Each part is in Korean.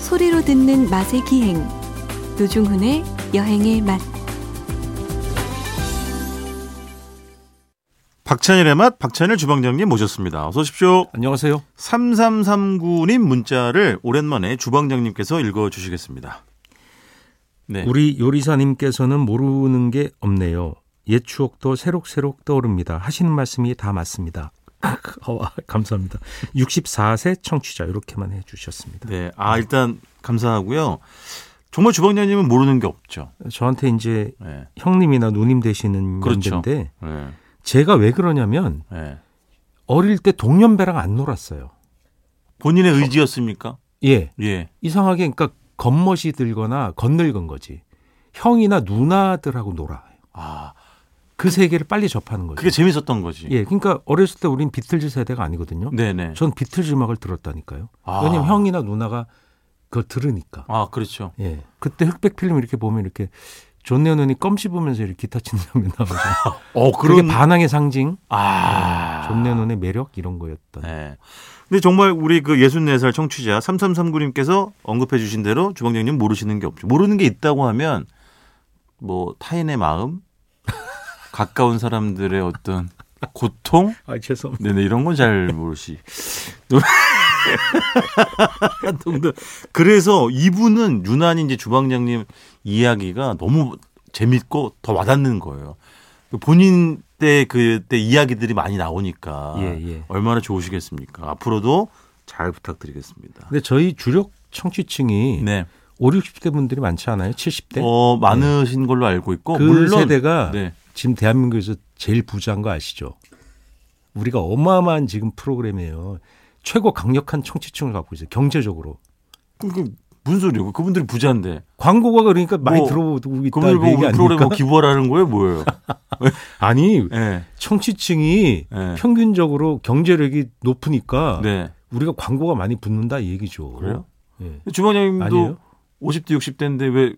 소리로 듣는 맛의 기행 노중훈의 여행의 맛 박찬일의 맛, 박찬일 주방장님 모셨습니다. 어서 오십시오. 안녕하세요. 3339님 문자를 오랜만에 주방장님께서 읽어주시겠습니다. 네. 우리 요리사님께서는 모르는 게 없네요. 옛 추억도 새록새록 떠오릅니다. 하시는 말씀이 다 맞습니다. 어, 감사합니다. 64세 청취자 이렇게만 해주셨습니다. 네. 아, 일단 감사하고요. 정말 주방장님은 모르는 게 없죠. 저한테 이제 네. 형님이나 누님 되시는 그렇죠. 연대인데 네. 제가 왜 그러냐면 네. 어릴 때 동년배랑 안 놀았어요. 본인의 의지였습니까? 예, 예. 이상하게 그러니까 겉멋이 들거나 겉늙은 거지. 형이나 누나들하고 놀아. 아, 그 세계를 빨리 접하는 거죠. 그게 재밌었던 거지. 예, 그러니까 어렸을 때 우린 비틀즈 세대가 아니거든요. 네네. 전 비틀즈 음악을 들었다니까요. 아. 왜냐면 형이나 누나가 그걸 들으니까. 아, 그렇죠. 예, 그때 흑백 필름 이렇게 보면 이렇게 존 레논이 껌 씹으면서 이렇게 기타 치는 장면 나오죠. 어, 그게 반항의 상징, 아. 존 레논의 매력 이런 거였던. 네. 근데 정말 우리 그 64살 청취자 3339님께서 언급해 주신 대로 주방장님 모르시는 게 없죠. 모르는 게 있다고 하면 뭐 타인의 마음, 가까운 사람들의 어떤 고통, 아 죄송합니다. 네네 이런 건 잘 모르시. 동도. 그래서 이분은 유난히 이제 주방장님 이야기가 너무 재밌고 더 와닿는 거예요. 본인 때 그때 이야기들이 많이 나오니까 예, 예. 얼마나 좋으시겠습니까? 앞으로도 잘 부탁드리겠습니다. 근데 저희 주력 청취층이 네. 5, 60대 분들이 많지 않아요? 70대? 어, 많으신 걸로 알고 있고 그 물론 세대가 네. 지금 대한민국에서 제일 부자인 거 아시죠? 우리가 어마어마한 지금 프로그램이에요. 최고 강력한 청취층을 갖고 있어요. 경제적으로. 그, 그 무슨 소리예요? 그분들이 부자인데 광고가 그러니까 많이 뭐, 들어오고 있다 그분들 는 보고 얘기 우리 프로그램 아닙니까? 뭐 기부하라는 거예요, 뭐예요? 아니 예. 청취층이 네. 평균적으로 경제력이 높으니까 네. 우리가 광고가 많이 붙는다 이 얘기죠. 그래요? 예. 주방장님도 아니에요? 50대 60대인데 왜,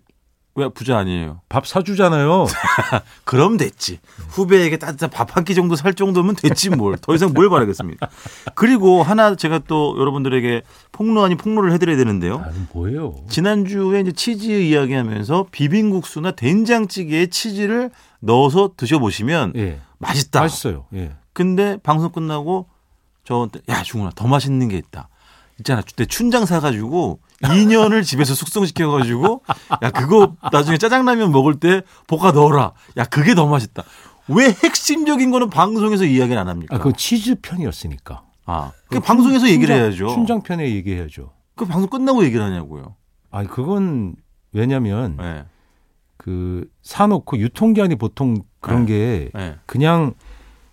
왜 부자 아니에요? 밥 사주잖아요. 그럼 됐지. 후배에게 따뜻한 밥 한 끼 정도 살 정도면 됐지 뭘. 더 이상 뭘 바라겠습니까? 그리고 하나 제가 또 여러분들에게 폭로 아닌 폭로를 해드려야 되는데요. 아, 이건 뭐예요? 지난주에 이제 치즈 이야기하면서 비빔국수나 된장찌개에 치즈를 넣어서 드셔보시면 예. 맛있다. 맛있어요. 예. 근데 방송 끝나고 저한테 야 중훈아 더 맛있는 게 있다. 있잖아 그때 춘장 사가지고 2년을 집에서 숙성시켜가지고 야 그거 나중에 짜장라면 먹을 때 볶아 넣어라. 야 그게 더 맛있다. 왜 핵심적인 거는 방송에서 이야기를 안 합니까? 아, 그건 치즈 편이었으니까. 아, 그 방송에서 얘기를 춘장- 해야죠. 춘장 편에 얘기해야죠. 그 방송 끝나고 얘기를 하냐고요. 아니 그건 왜냐면 예, 네, 그 사놓고 유통기한이 보통 그런 게 예. 네. 그냥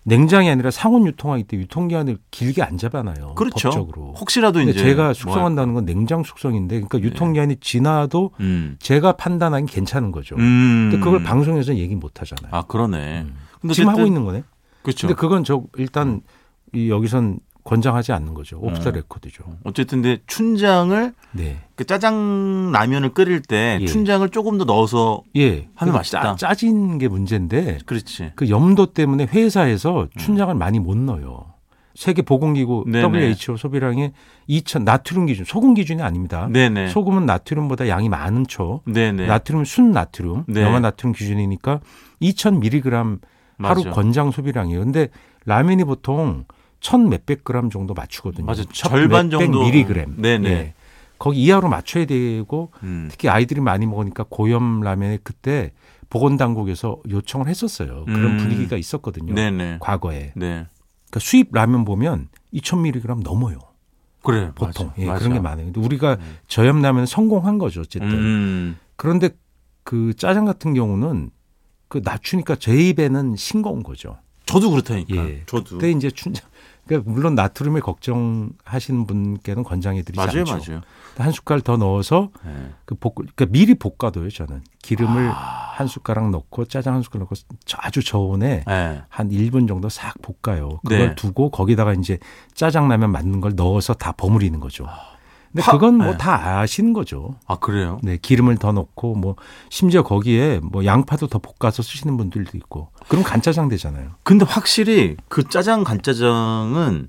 냉장이 아니라 상온 유통하기 때 유통기한을 길게 안 잡아놔요. 그렇죠. 어, 법적으로. 혹시라도 근데 이제 제가 뭐- 네. 숙성한다는 건 냉장 숙성인데 그러니까 유통기한이 지나도 음. 제가 판단하기 괜찮은 거죠. 음. 근데 그걸 방송에서 얘기 못 하잖아요. 아 그러네. 근데 지금 하고 어쨌든- 있는 거네. 그렇죠. 근데 그건 저 일단 이 여기선 권장하지 않는 거죠. 오프 더 음. 레코드죠. 어쨌든 근데 춘장을 네. 그 짜장 라면을 끓일 때 예. 춘장을 조금 더 넣어서 예. 하면 그 맛있다. 짜, 짜진 게 문제인데 그렇지. 그 염도 때문에 회사에서 춘장을 많이 못 넣어요. 세계 보건기구 음. 네네. WHO 소비량의 2000 나트륨 기준 소금 기준이 아닙니다. 네네. 소금은 나트륨보다 양이 많은 초. 네네. 나트륨 순 나트륨 네. 영하 나트륨 기준이니까 2000mg 하루 맞아. 권장 소비량이에요. 근데 라면이 보통 1000 몇백 그램 정도 맞추거든요. 맞아. 절반 정도. 미리그램. 예. 네네. 거기 이하로 맞춰야 되고 음. 특히 아이들이 많이 먹으니까 고염 라면에 그때 보건당국에서 요청을 했었어요. 그런 음. 분위기가 있었거든요. 네네. 과거에. 네. 그러니까 수입 라면 보면 2,000mg 넘어요. 그래요. 보통. 맞아. 예, 맞아. 그런 게 많아요. 근데 우리가 저염 라면은 성공한 거죠. 어쨌든. 음. 그런데 그 짜장 같은 경우는 그 낮추니까 제 입에는 싱거운 거죠. 저도 그렇다니까. 예. 저도. 그때 이제 춘장. 그러니까 물론 나트륨에 걱정하시는 분께는 권장해드리지 맞아요, 않죠. 맞아요. 한 숟갈 더 넣어서 예. 그 볶, 그러니까 미리 볶아둬요 저는 기름을 아. 한 숟가락 넣고 짜장 한 숟가락 넣고 저- 아주 저온에 예. 한 1분 정도 싹 볶아요. 그걸 네. 두고 거기다가 이제 짜장라면 만든 걸 넣어서 다 버무리는 거죠. 근데 파- 그건 아. 네. 뭐 다 아시는 거죠. 아 그래요. 네, 기름을 더 넣고 뭐 심지어 거기에 뭐 양파도 더 볶아서 쓰시는 분들도 있고. 그럼 간짜장 되잖아요. 근데 확실히 그 짜장 간짜장은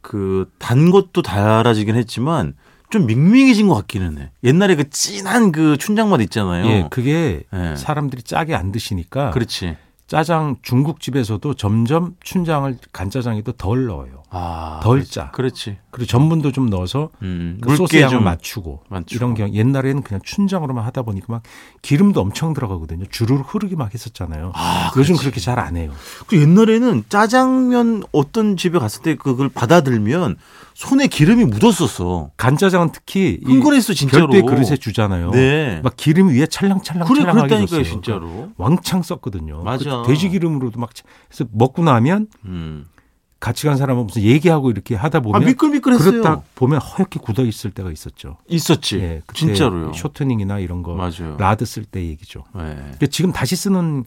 그 단 것도 달아지긴 했지만 좀 밍밍해진 것 같기는 해. 옛날에 그 진한 그 춘장맛 있잖아요. 예, 그게 예. 사람들이 짜게 안 드시니까 그렇지. 짜장 중국집에서도 점점 춘장을 간짜장에도 덜 넣어요. 아, 덜 그렇지. 짜. 그렇지. 그리고 전분도 좀 넣어서 음, 그 소스 묽게 양을 좀 맞추고, 맞추고. 이런 경우 옛날에는 그냥 춘장으로만 하다 보니까 막 기름도 엄청 들어가거든요. 주르륵 흐르게 막 했었잖아요. 아, 요즘 그렇지. 그렇게 잘 안 해요. 그 옛날에는 짜장면 어떤 집에 갔을 때 그걸 받아들면 손에 기름이 묻었었어. 간짜장은 특히 이 흥건했어 진짜로. 별도의 그릇에 주잖아요. 네. 막 기름 위에 찰랑찰랑 그래 찰랑하게 그랬다니까요 줬어요. 그러니까 진짜로. 왕창 썼거든요. 맞아. 그 돼지 기름으로도 막 차- 그래서 먹고 나면 음. 같이 간 사람하고 무슨 얘기하고 이렇게 하다 아 보면 미끌미끌했어요. 그렇다 보면 허옇게 굳어 있을 때가 있었죠. 있었지. 예, 그때 진짜로요. 쇼트닝이나 이런 거 맞아요. 라드 쓸 때 얘기죠. 예. 근데 지금 다시 쓰는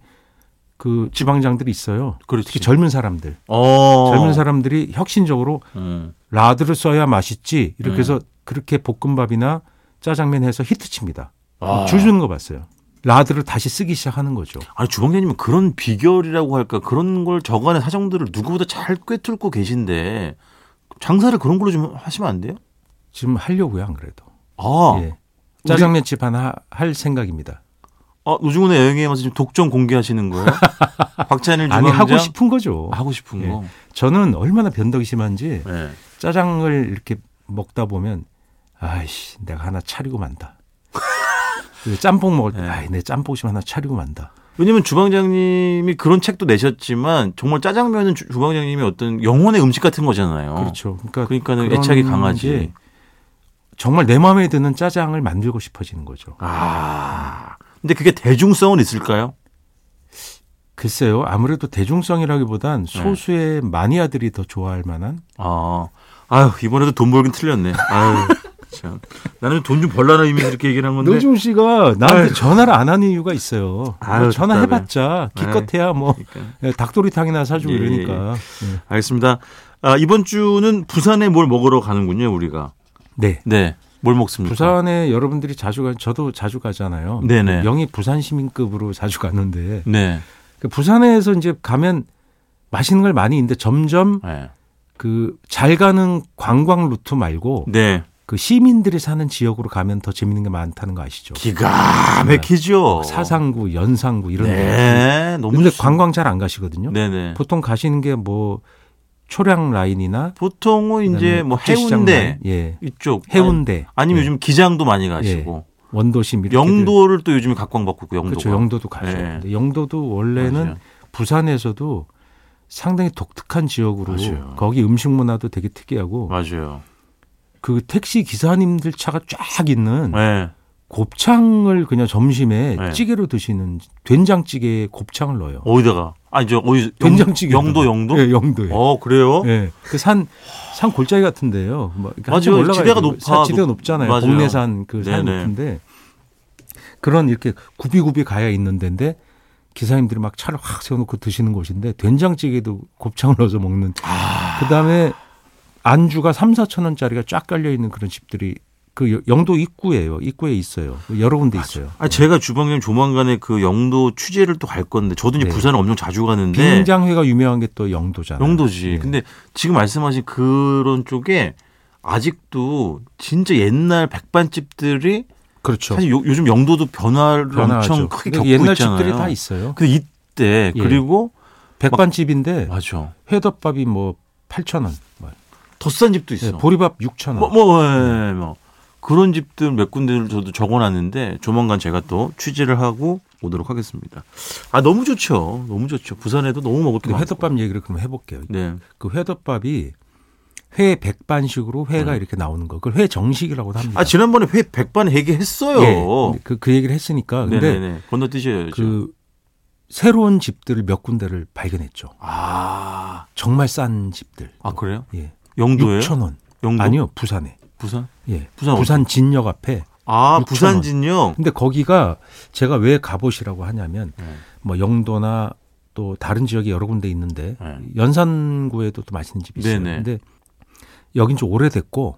그 지방장들이 있어요. 그렇지. 특히 젊은 사람들. 어. 젊은 사람들이 혁신적으로 음. 라드를 써야 맛있지 이렇게 음. 해서 그렇게 볶음밥이나 짜장면 해서 히트칩니다. 아. 줄주는 거 봤어요. 라드를 다시 쓰기 시작하는 거죠. 아니 주방장님은 그런 비결이라고 할까 그런 걸 저간의 사정들을 누구보다 잘 꿰뚫고 계신데 장사를 그런 걸로 좀 하시면 안 돼요? 지금 하려고요, 안 그래도. 아, 예. 짜장면집 하나 할 생각입니다. 아 노중훈의 여행에 와서 지금 독점 공개하시는 거예요? 박찬일 주방장 아니 하고 싶은 거죠. 하고 싶은 예. 거. 저는 얼마나 변덕이 심한지 예. 짜장을 이렇게 먹다 보면 아이씨 내가 하나 차리고 만다. 그리고 짬뽕 먹을 때 네. 아이 내 짬뽕 좀 하나 차리고 만다. 왜냐면 주방장님이 그런 책도 내셨지만 정말 짜장면은 주, 방장님의 어떤 영혼의 음식 같은 거잖아요. 그렇죠. 그러니까 어. 그러니까는 그런 애착이 강하지. 게 정말 내 마음에 드는 짜장을 만들고 싶어지는 거죠. 아. 근데 그게 대중성은 있을까요? 글쎄요. 아무래도 대중성이라기보단 네. 소수의 마니아들이 더 좋아할 만한 아. 아유, 이번에도 돈 벌긴 틀렸네. 아유. 참. 나는 돈 좀 벌라는 의미에서 이렇게 얘기를 한 건데. 네. 노중 씨가 나한테 전화를 안 하는 이유가 있어요. 뭐 아유, 전화해봤자 기껏해야 뭐 그러니까. 닭도리탕이나 사주고 예, 이러니까. 예. 알겠습니다. 아, 이번 주는 부산에 뭘 먹으러 가는군요, 우리가. 네. 네. 뭘 먹습니까? 부산에 여러분들이 자주 가, 저도 자주 가잖아요. 네네. 영희 부산 시민급으로 자주 가는데 네. 그 부산에서 이제 가면 맛있는 걸 많이 있는데 점점 네. 그 잘 가는 관광 루트 말고 네. 그 시민들이 사는 지역으로 가면 더 재밌는 게 많다는 거 아시죠? 네. 기가 막히죠. 사상구, 연상구 이런 데. 어. 네. 너무 근데 좋습니다. 관광 잘 안 가시거든요. 네네. 보통 가시는 게 뭐 초량 라인이나 보통은 이제 그다음에 뭐 국제시장 해운대 라인, 예, 이쪽 해운대 아니, 면 예, 요즘 기장도 많이 가시고 원도심 이렇게 영도를 또 요즘에 각광받고 있고 영도가 그렇죠 영도도 가죠. 예. 근데 영도도 원래는 맞아요. 부산에서도 상당히 독특한 지역으로 맞아요. 거기 음식 문화도 되게 특이하고 맞아요. 그 택시 기사님들 차가 쫙 있는 네. 곱창을 그냥 점심에 네. 찌개로 드시는 된장찌개에 곱창을 넣어요. 어디다가 아 이제 어디 된장찌개 영, 영도 영도 예, 영도에. 어 그래요? 예. 그산산 골짜기 같은데요. 뭐 이렇게 맞아요. 한참 올라가야 지대가 돼요. 높아. 산 지대가 높잖아요. 맞아요. 동네산 그 산이 네네. 높은데 그런 이렇게 굽이굽이 가야 있는 데인데 기사님들이 막 차를 확 세워놓고 드시는 곳인데 된장찌개도 곱창을 넣어서 먹는. 아. 그다음에 안주가 3, 4천 원짜리가 쫙 깔려 있는 그런 집들이 그 여- 영도 입구예요. 입구에 있어요. 여러 군데 있어요. 아 제가 주방장님 조만간에 그 영도 취재를 또 갈 건데 저도 이제 네. 부산을 엄청 자주 가는데 빈장회가 유명한 게 또 영도잖아요. 네. 영도지. 예. 근데 지금 말씀하신 그런 쪽에 아직도 진짜 옛날 백반집들이 그렇죠. 사실 요, 즘 영도도 변화를 변화하죠. 엄청 크게 근데 겪고 옛날 있잖아요. 그 집들이 다 있어요. 근데 이때 예. 네. 그리고 백반집인데 맞아 회덮밥이 뭐 8,000원. 뭐 더 싼 집도 있어. 보리밥 6,000원. 예, 뭐, 뭐, 네. 예, 예, 뭐 그런 집들 몇 군데를 저도 적어놨는데 조만간 제가 또 취재를 하고 오도록 하겠습니다. 아 너무 좋죠, 너무 좋죠. 부산에도 너무 먹을 게 근데 많고. 네, 회덮밥 얘기를 그럼 해 볼게요. 네, 그 회덮밥이 회 백반식으로 회가 이렇게 나오는 거. 그걸 회 정식이라고도 음. 합니다. 아 지난번에 회 백반 얘기했어요. 예. 근데 그, 그 얘기를 했으니까. 근데 네네네. 그렇죠. 건너뛰셔야죠. 그 새로운 집들을 몇 군데를 발견했죠. 아, 정말 싼 집들. 아 그래요? 예. 영도예요? 6,000원. 영도 아니요, 부산에. 부산? 예. 부산 진역 앞에. 아 6,000원. 부산진요. 근데 거기가 제가 왜 갑옷이라고 하냐면 네. 뭐 영도나 또 다른 지역이 여러 군데 있는데 네. 연산구에도 또 맛있는 집이 있어요. 네네. 근데 여긴 좀 오래됐고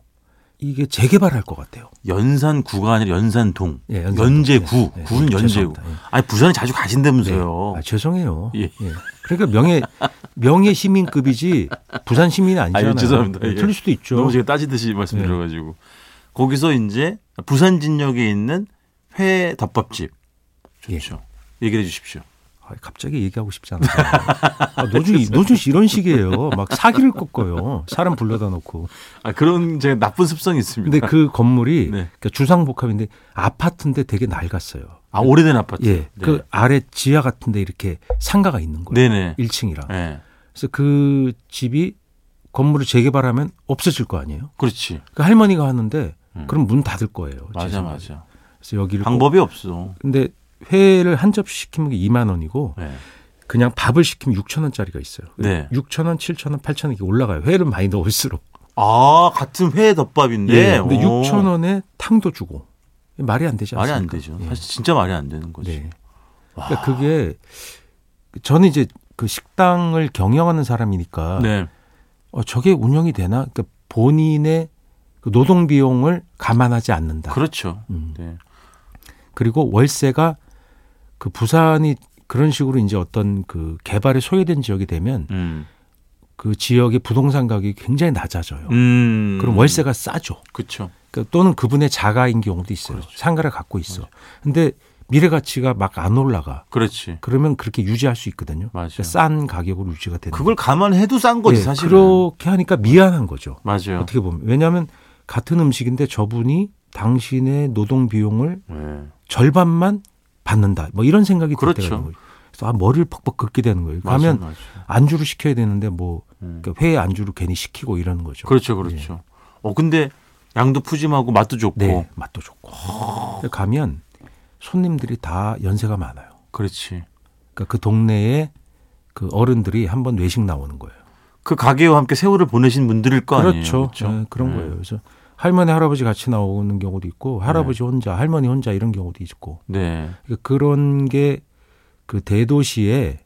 이게 재개발할 것 같아요. 연산구가 아니라 연산동. 예, 연산구. 연제구. 예, 예, 구는 예, 연제구. 죄송합니다. 예. 아니 부산에 자주 가신다면서요. 아, 죄송해요. 예. 예. 그러니까 명예 명예 시민급이지 부산 시민이 아니잖아요. 죄송합니다. 예, 예. 틀릴 수도 있죠. 너무 제가 따지듯이 네. 말씀드려가지고 거기서 이제 부산 진역에 있는 회 덮밥집 예. 좋죠. 얘기해 주십시오. 아, 갑자기 얘기하고 싶지 않아요. 아, 노준 씨, 노준 씨 이런 식이에요. 막 사기를 꺾어요. 사람 불러다 놓고. 아 그런 제 나쁜 습성이 있습니다. 근데 그 건물이 네. 그러니까 주상복합인데 아파트인데 되게 낡았어요. 아 오래된 아파트. 예. 네. 그 아래 지하 같은데 이렇게 상가가 있는 거예요. 네네. 1층이라. 예. 그래서 그 집이 건물을 재개발하면 없어질 거 아니에요. 그렇지. 그 할머니가 하는데 음. 그럼 문 닫을 거예요. 제 맞아 생각에. 맞아. 그래서 여기를 꼭- 방법이 없어. 근데 회를 한 접시 시키면 그게 2만 원이고 네. 그냥 밥을 시키면 6천 원짜리가 있어요. 네. 6천 원, 7천 원, 8천 원 이렇게 올라가요. 회를 많이 넣을수록. 아 같은 회 덮밥인데. 예, 근데 네. 오. 6천 원에 탕도 주고 말이 안 되지 말이 않습니까? 안 되죠. 예. 사실 진짜 말이 안 되는 거지. 네. 그러니까 그게 저는 이제 그 식당을 경영하는 사람이니까 네. 어, 저게 운영이 되나? 그러니까 본인의 그 노동 비용을 감안하지 않는다. 그렇죠. 음. 네. 그리고 월세가 그 부산이 그런 식으로 이제 어떤 그 개발에 소외된 지역이 되면 음. 그 지역의 부동산 가격이 굉장히 낮아져요. 음. 그럼 월세가 싸죠. 그렇죠. 그러니까 또는 그분의 자가인 경우도 있어요. 상가를 갖고 있어. 근데 미래 가치가 막 안 올라가. 그렇지. 그러면 그렇게 유지할 수 있거든요. 그러니까 맞아요. 싼 가격으로 유지가 되는. 그걸 감안해도 싼 거지 네. 예, 사실은. 그렇게 하니까 미안한 거죠. 맞아요. 어떻게 보면 왜냐하면 같은 음식인데 저분이 당신의 노동 비용을 네. 절반만 받는다. 뭐 이런 생각이 들 그렇죠. 때가 있는 거예요. 그래서 아, 머리를 퍽퍽 긁게 되는 거예요. 맞아요, 가면 맞아요. 안주를 시켜야 되는데 뭐 음. 그러니까 회에 안주를 괜히 시키고 이러는 거죠. 그렇죠, 그렇죠. 어 근데 양도 푸짐하고 맛도 좋고. 네, 맛도 좋고. 근데 가면 손님들이 다 연세가 많아요. 그렇지. 그러니까 그 동네에 그 어른들이 한번 외식 나오는 거예요. 그 가게와 함께 세월을 보내신 분들일 거 아니에요. 그렇죠. 네, 그런 거예요. 그래서 할머니 할아버지 같이 나오는 경우도 있고 할아버지 혼자 할머니 혼자 이런 경우도 있고 네. 그러니까 그런 게 그 대도시에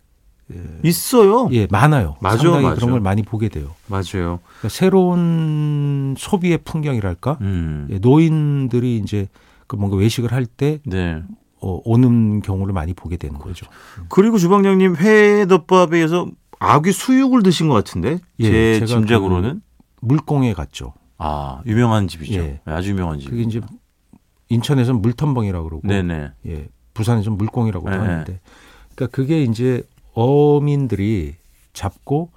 있어요. 예 많아요. 맞아요, 상당히 맞아요. 그런 걸 많이 보게 돼요. 맞아요. 그러니까 새로운 소비의 풍경이랄까 음. 예, 노인들이 이제 그 뭔가 외식을 할 때 어, 네. 오는 경우를 많이 보게 되는 거죠. 그렇죠. 그리고 주방장님 회덮밥에 의해서 아귀 수육을 드신 것 같은데 예, 제 제가 짐작으로는 물공에 갔죠. 그, 아 유명한 집이죠. 네, 예. 아주 유명한 집. 그게 이제 인천에서는 물텀벙이라고 그러고 네네. 예, 부산에서는 물공이라고도 네. 하는데 그러니까 그게 이제 어민들이 잡고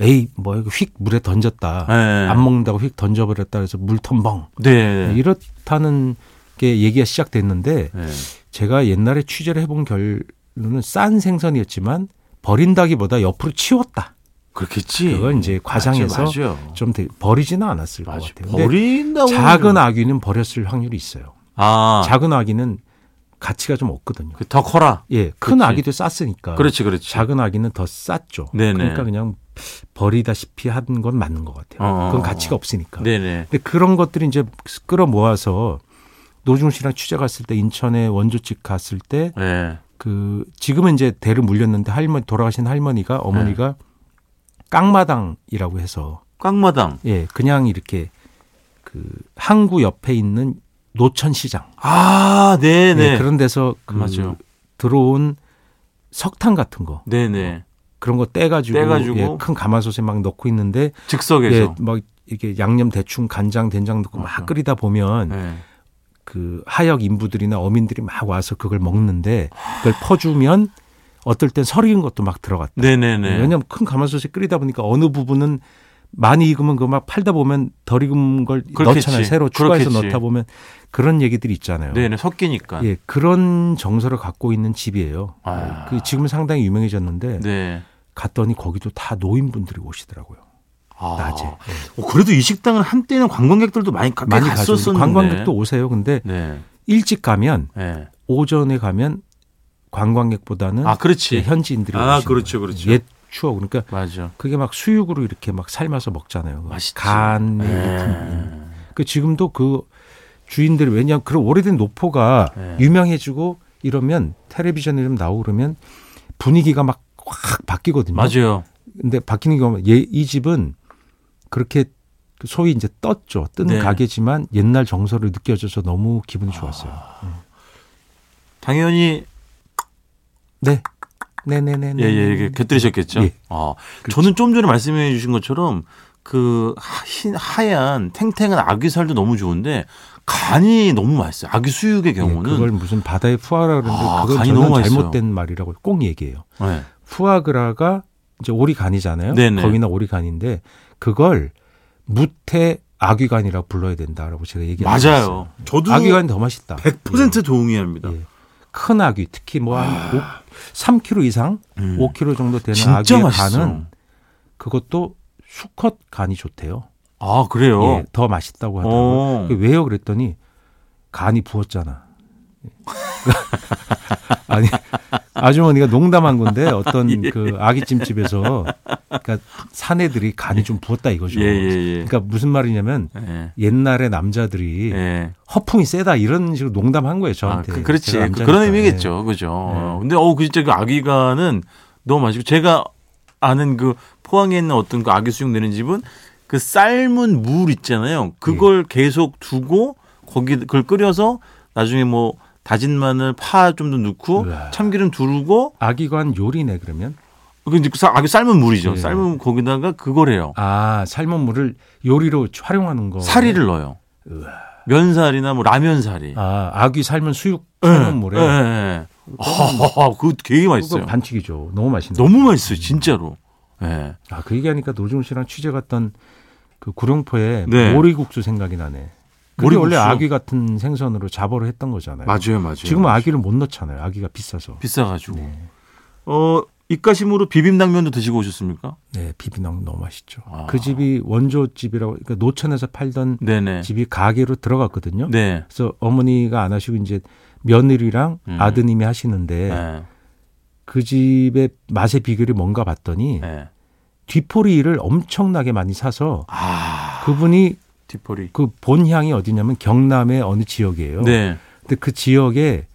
에이 뭐 이거 휙 물에 던졌다. 네. 안 먹는다고 휙 던져버렸다 그래서 물텀벙 네. 이렇다는 게 얘기가 시작됐는데 네. 제가 옛날에 취재를 해본 결론은 싼 생선이었지만 버린다기보다 옆으로 치웠다. 그렇겠지. 그걸 이제 과장해서 음. 맞아, 맞아. 좀 되게 버리지는 않았을 맞아. 것 같아요. 근데 버린다고 작은 아귀는 버렸을 확률이 있어요. 아, 작은 아귀는 가치가 좀 없거든요. 그더 커라. 예, 큰 그치. 아귀도 쌌으니까. 그렇지, 그렇지. 작은 아기는 더 쌌죠. 네네. 그러니까 그냥 버리다시피 한 건 맞는 것 같아요. 어. 그건 가치가 없으니까. 네네. 근데 그런 것들이 이제 끌어 모아서 노중 씨랑 취재 갔을 때 인천에 원조집 갔을 네. 때 그 지금은 이제 대를 물렸는데 할머니 돌아가신 할머니가 어머니가 네. 깡마당이라고 해서 깡마당. 예 그냥 이렇게 그 항구 옆에 있는 노천시장 아, 네네. 예, 그런 데서 그 맞아요. 들어온 석탄 같은 거 네네. 그런 거 떼가지고, 떼가지고. 예, 큰 가마솥에 막 넣고 있는데 예, 즉석에서. 막 이게 양념 대충 간장 된장 넣고 맞아. 막 끓이다 보면 네. 그 하역 인부들이나 어민들이 막 와서 그걸 먹는데 그걸 퍼주면 어떨 땐 설익은 것도 막 들어갔다. 네네네. 왜냐하면 큰 가마솥에 끓이다 보니까 어느 부분은 많이 익으면 그거 막 팔다 보면 덜 익은 걸 그렇겠지. 넣잖아요. 새로 추가해서 그렇겠지. 넣다 보면 그런 얘기들이 있잖아요. 네네, 섞이니까. 예, 그런 정서를 갖고 있는 집이에요. 아. 그 지금은 상당히 유명해졌는데 네. 갔더니 거기도 다 노인분들이 오시더라고요. 아. 낮에. 네, 어, 그래도 이 식당은 한때는 관광객들도 많이, 가, 많이 많이 가죠. 갔었었는데. 관광객도 오세요. 근데 네. 일찍 가면 네. 오전에 가면 관광객보다는 아, 그렇지. 네. 현지인들이 아, 오시는 그렇죠, 거예요. 그렇죠. 옛 추억. 그러니까 맞아. 그게 막 수육으로 이렇게 막 삶아서 먹잖아요. 맛있지. 간이 이렇게 음. 네. 그 지금도 그 주인들이 왜냐하면 그런 오래된 노포가 네. 유명해지고 이러면 텔레비전에 좀 나오고 그러면 분위기가 막 확 바뀌거든요. 맞아요. 근데 바뀌는 경우가 얘, 이 집은 그렇게 그 소위 이제 떴죠. 뜬 네. 가게지만 옛날 정서를 느껴져서 너무 기분이 좋았어요. 당연히, 네. 네네네네. 예, 예, 이게 곁들이셨겠죠. 예. 아, 저는 좀 전에 말씀해 주신 것처럼 그 하- 흰, 하얀 탱탱한 아귀살도 너무 좋은데 간이 너무 맛있어요. 아기 수육의 경우는 예, 그걸 무슨 바다의 푸아라 그러는데 아, 그건 간이 저는 너무 맛있어요. 잘못된 말이라고 꼭 얘기해요. 네. 푸아그라가 이제 오리간이잖아요. 네네. 거기나 오리간인데 그걸 무태 아귀간이라고 불러야 된다라고 제가 얘기했어요. 맞아요. 저도 아귀간이 더 맛있다. 100% 동의합니다. 예. 큰 아귀 특히 뭐 한 3kg 이상, 음. 5kg 정도 되는 진짜 아귀의 맛있어. 간은 그것도 수컷 간이 좋대요. 아 그래요. 예, 더 맛있다고 하더라고요. 어. 그게 왜요? 그랬더니 간이 부었잖아. 아니 아주머니가 농담한 건데 어떤 예. 그 아기찜집에서 그러니까 사내들이 간이 좀 부었다 이거죠. 예, 예, 예. 그러니까 무슨 말이냐면 예. 옛날에 남자들이 예. 허풍이 세다 이런 식으로 농담한 거예요 아, 저한테. 그, 그렇지. 제가 그- 남자니까. 그런 예. 의미겠죠. 그죠. 어, 근데 어우, 그 진짜 그 아귀가는 너무 맛있고 제가 아는 그 포항에 있는 어떤 그 아귀 수육 내는 집은 그 삶은 물 있잖아요. 예. 그걸 계속 두고 거기 그걸 끓여서 나중에 뭐 다진 마늘 파 좀 더 넣고 우와. 참기름 두르고 아기관 요리네 그러면 그 이제 그 사- 아귀 삶은 물이죠. 예. 삶은 거기다가 그걸 해요. 아 삶은 물을 요리로 활용하는 거. 사리를 넣어요. 면사리나 뭐 라면사리. 예. 아 아귀 삶은 수육 삶은 물에. 예, 예, 예. 아, 그거 되게 어, 그거 맛있어요. 반칙이죠. 너무 맛있네. 너무 맛있어요, 진짜로. 예. 아, 그 얘기하니까 노중 씨랑 취재 갔던 그 구룡포에 네. 모리국수 생각이 나네. 그게 모리국수. 원래 아귀 같은 생선으로 잡어를 했던 거잖아요. 네. 맞아요, 맞아요. 지금은 아귀를 못 넣잖아요. 아귀가 비싸서. 비싸가지고. 어 입가심으로 비빔당면도 드시고 오셨습니까? 네, 비비냉 너무 맛있죠. 아. 그 집이 원조 집이라고 그러니까 노천에서 팔던 네네. 집이 가게로 들어갔거든요. 네. 그래서 어머니가 안 하시고 이제 며느리랑 음. 아드님이 하시는데 네. 그 집의 맛의 비결이 뭔가 봤더니 네. 뒤포리를 엄청나게 많이 사서 아 그분이 뒷포리. 그 본향이 어디냐면 경남의 어느 지역이에요. 네. 근데 그 지역에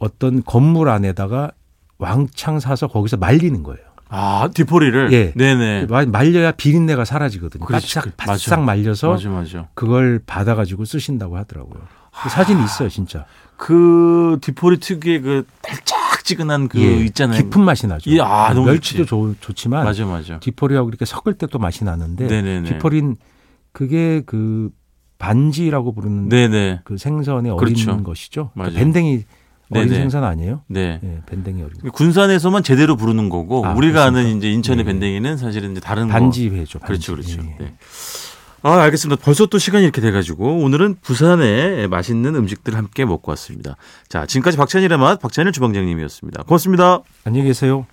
어떤 건물 안에다가 왕창 사서 거기서 말리는 거예요. 아 뒷포리를. 예. 네네. 마- 말려야 비린내가 사라지거든요. 그렇지. 바싹 맞아. 바싹 말려서 맞아 맞아. 그걸 받아가지고 쓰신다고 하더라고요. 그 사진이 있어요, 진짜. 그 뒷포리 특유의 그 달짝지근한 그 예, 있잖아요. 깊은 맛이 나죠. 예, 아, 너무 멸치도 좋지. 좋, 지만 맞아 맞아. 뒤포리하고 이렇게 섞을 때 또 맛이 나는데 네네네. 뒤포린 그게 그 반지라고 부르는 네네. 그 생선의 그렇죠. 어린 것이죠. 그러니까 맞아요. 밴댕이 어린 네네. 생선 아니에요? 네. 예, 밴댕이 어린. 군산에서만 제대로 부르는 거고 아, 우리가 그렇습니까? 아는 이제 인천의 예. 밴댕이는 사실은 이제 다른 거. 반지 회죠. 그렇죠, 반지. 그렇죠. 예, 예. 네. 아, 알겠습니다. 벌써 또 시간이 이렇게 돼가지고 오늘은 부산의 맛있는 음식들 함께 먹고 왔습니다. 자, 지금까지 박찬일의 맛 박찬일 주방장님이었습니다. 고맙습니다. 안녕히 계세요.